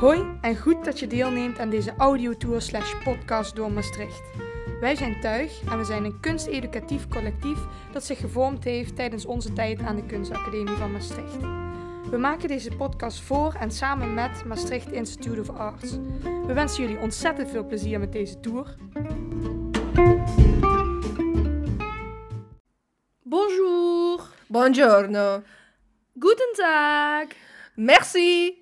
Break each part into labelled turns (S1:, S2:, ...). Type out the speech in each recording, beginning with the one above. S1: Hoi en goed dat je deelneemt aan deze audiotour slash podcast door Maastricht. Wij zijn Tuig en we zijn een kunsteducatief collectief dat zich gevormd heeft tijdens onze tijd aan de Kunstacademie van Maastricht. We maken deze podcast voor en samen met Maastricht Institute of Arts. We wensen jullie ontzettend veel plezier met deze tour.
S2: Bonjour.
S3: Buongiorno.
S2: Guten Tag.
S3: Merci.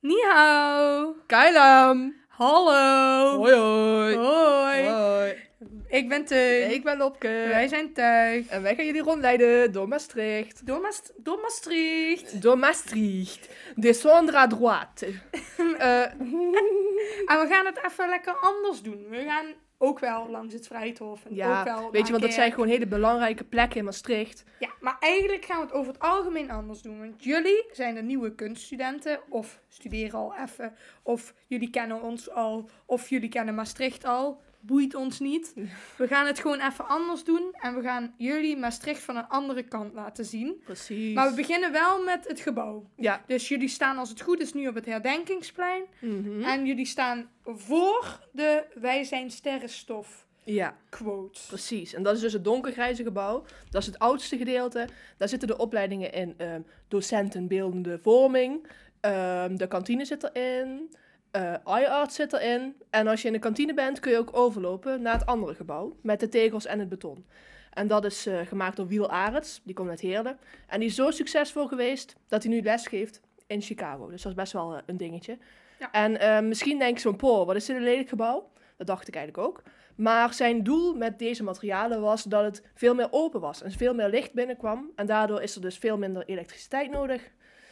S2: Ni hao.
S3: Kailam.
S2: Hallo.
S3: Hoi hoi.
S2: Hoi.
S3: Hoi.
S2: Ik ben Teun.
S3: Ik ben Lopke.
S2: Wij zijn Tuig.
S3: En wij gaan jullie rondleiden door Maastricht.
S2: Door, Maast- door Maastricht.
S3: Door Maastricht. Descendre à droite. Eh,
S2: En Ah, we gaan het even lekker anders doen. We gaan ook wel langs het Vrijthof. En ook wel
S3: ja,
S2: naar
S3: weet je, want dat
S2: Kerk.
S3: zijn gewoon hele belangrijke plekken in Maastricht.
S2: Ja, maar eigenlijk gaan we het over het algemeen anders doen. Want jullie zijn de nieuwe kunststudenten. Of studeren al even. Of jullie kennen ons al. Of jullie kennen Maastricht al. Boeit ons niet. We gaan het gewoon even anders doen. En we gaan jullie Maastricht van een andere kant laten zien.
S3: Precies.
S2: Maar we beginnen wel met het gebouw.
S3: Ja.
S2: Dus jullie staan als het goed is nu op het herdenkingsplein.
S3: Mhm.
S2: En jullie staan voor de Wij zijn sterrenstof
S3: Ja.
S2: quote.
S3: Precies, en dat is dus het donkergrijze gebouw. Dat is het oudste gedeelte. Daar zitten de opleidingen in ehm, docenten beeldende vorming. Ehm, de kantine zit erin. eh iArt zit erin. En als je in de kantine bent, kun je ook overlopen naar het andere gebouw. Met de tegels en het beton. En dat is eh, gemaakt door Wiel Arends. Die komt uit Heerlen. En die is zo succesvol geweest dat hij nu lesgeeft in Chicago. Dus dat is best wel eh, een dingetje.
S2: Ja.
S3: En eh, misschien denk je zo'n poor, wat is dit een lelijk gebouw? Dat dacht ik eigenlijk ook. Maar zijn doel met deze materialen was dat het veel meer open was en veel meer licht binnenkwam. En daardoor is er dus veel minder elektriciteit nodig.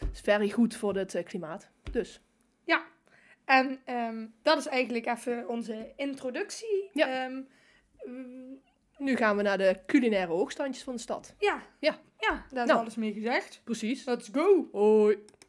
S3: Dat is very goed voor het eh, klimaat. Dus,
S2: En ehm, dat is eigenlijk even onze introductie.
S3: Ja.
S2: Ehm, mm,
S3: nu gaan we naar de culinaire hoogstandjes van de stad.
S2: ja.
S3: Ja.
S2: ja, daar is
S3: Nou.
S2: alles mee gezegd.
S3: Precies.
S2: Let's go!
S3: Hoi.